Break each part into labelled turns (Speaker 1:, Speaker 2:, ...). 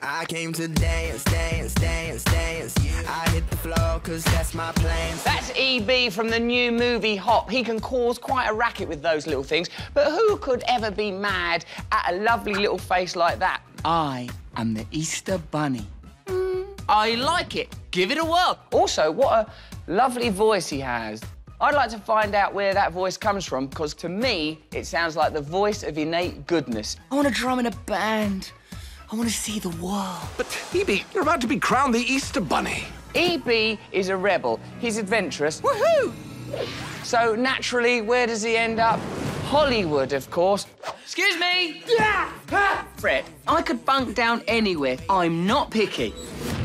Speaker 1: I came to dance, dance, dance, dance. I hit the floor cause that's my plan.
Speaker 2: That's EB from the new movie Hop. He can cause quite a racket with those little things, but who could ever be mad at a lovely little face like that?
Speaker 3: I am the Easter Bunny. I like it. Give it a whirl.
Speaker 2: Also, what a lovely voice he has. I'd like to find out where that voice comes from because to me, it sounds like the voice of innate goodness.
Speaker 3: I want to drum in a band. I want to see the world.
Speaker 4: But, Hebe, you're about to be crowned the Easter Bunny.
Speaker 2: EB E is a rebel, he's adventurous.
Speaker 3: Woohoo!
Speaker 2: So naturally, where does he end up? Hollywood, of course. Excuse me!
Speaker 3: Fred, I could bunk down anywhere. I'm not picky.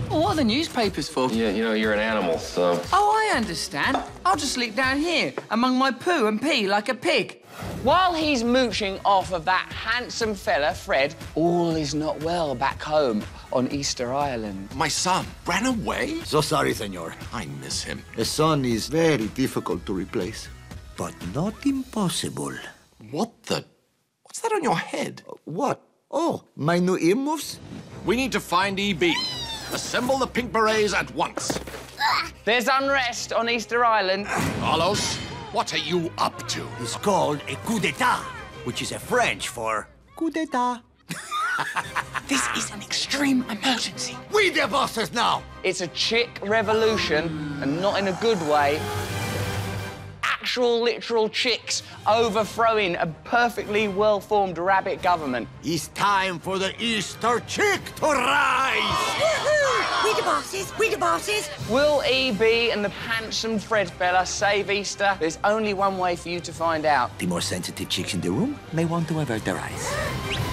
Speaker 3: Well, what are the newspapers for?
Speaker 5: Yeah, you know, you're an animal, so.
Speaker 3: Oh, I understand. I'll just sleep down here among my poo and pee like a pig.
Speaker 2: While he's mooching off of that handsome fella, Fred, all is not well back home on Easter Island.
Speaker 4: My son ran away?
Speaker 6: So sorry, senor.
Speaker 4: I miss him.
Speaker 6: A son is very difficult to replace, but not impossible.
Speaker 4: What the? What's that on your head?
Speaker 6: What? Oh, my new ear moves?
Speaker 4: We need to find EB. Assemble the pink berets at once.
Speaker 2: There's unrest on Easter Island.
Speaker 4: Carlos, what are you up to?
Speaker 6: It's called a coup d'etat, which is a French for coup d'etat.
Speaker 3: This is an extreme emergency.
Speaker 6: We the bosses now!
Speaker 2: It's a chick revolution, and not in a good way. Actual, literal chicks overthrowing a perfectly well formed rabbit government.
Speaker 6: It's time for the Easter chick to rise!
Speaker 7: Woohoo! We the bosses, we the bosses.
Speaker 2: Will EB and the handsome Fred fella save Easter? There's only one way for you to find out.
Speaker 6: The more sensitive chicks in the room may want to avert their eyes.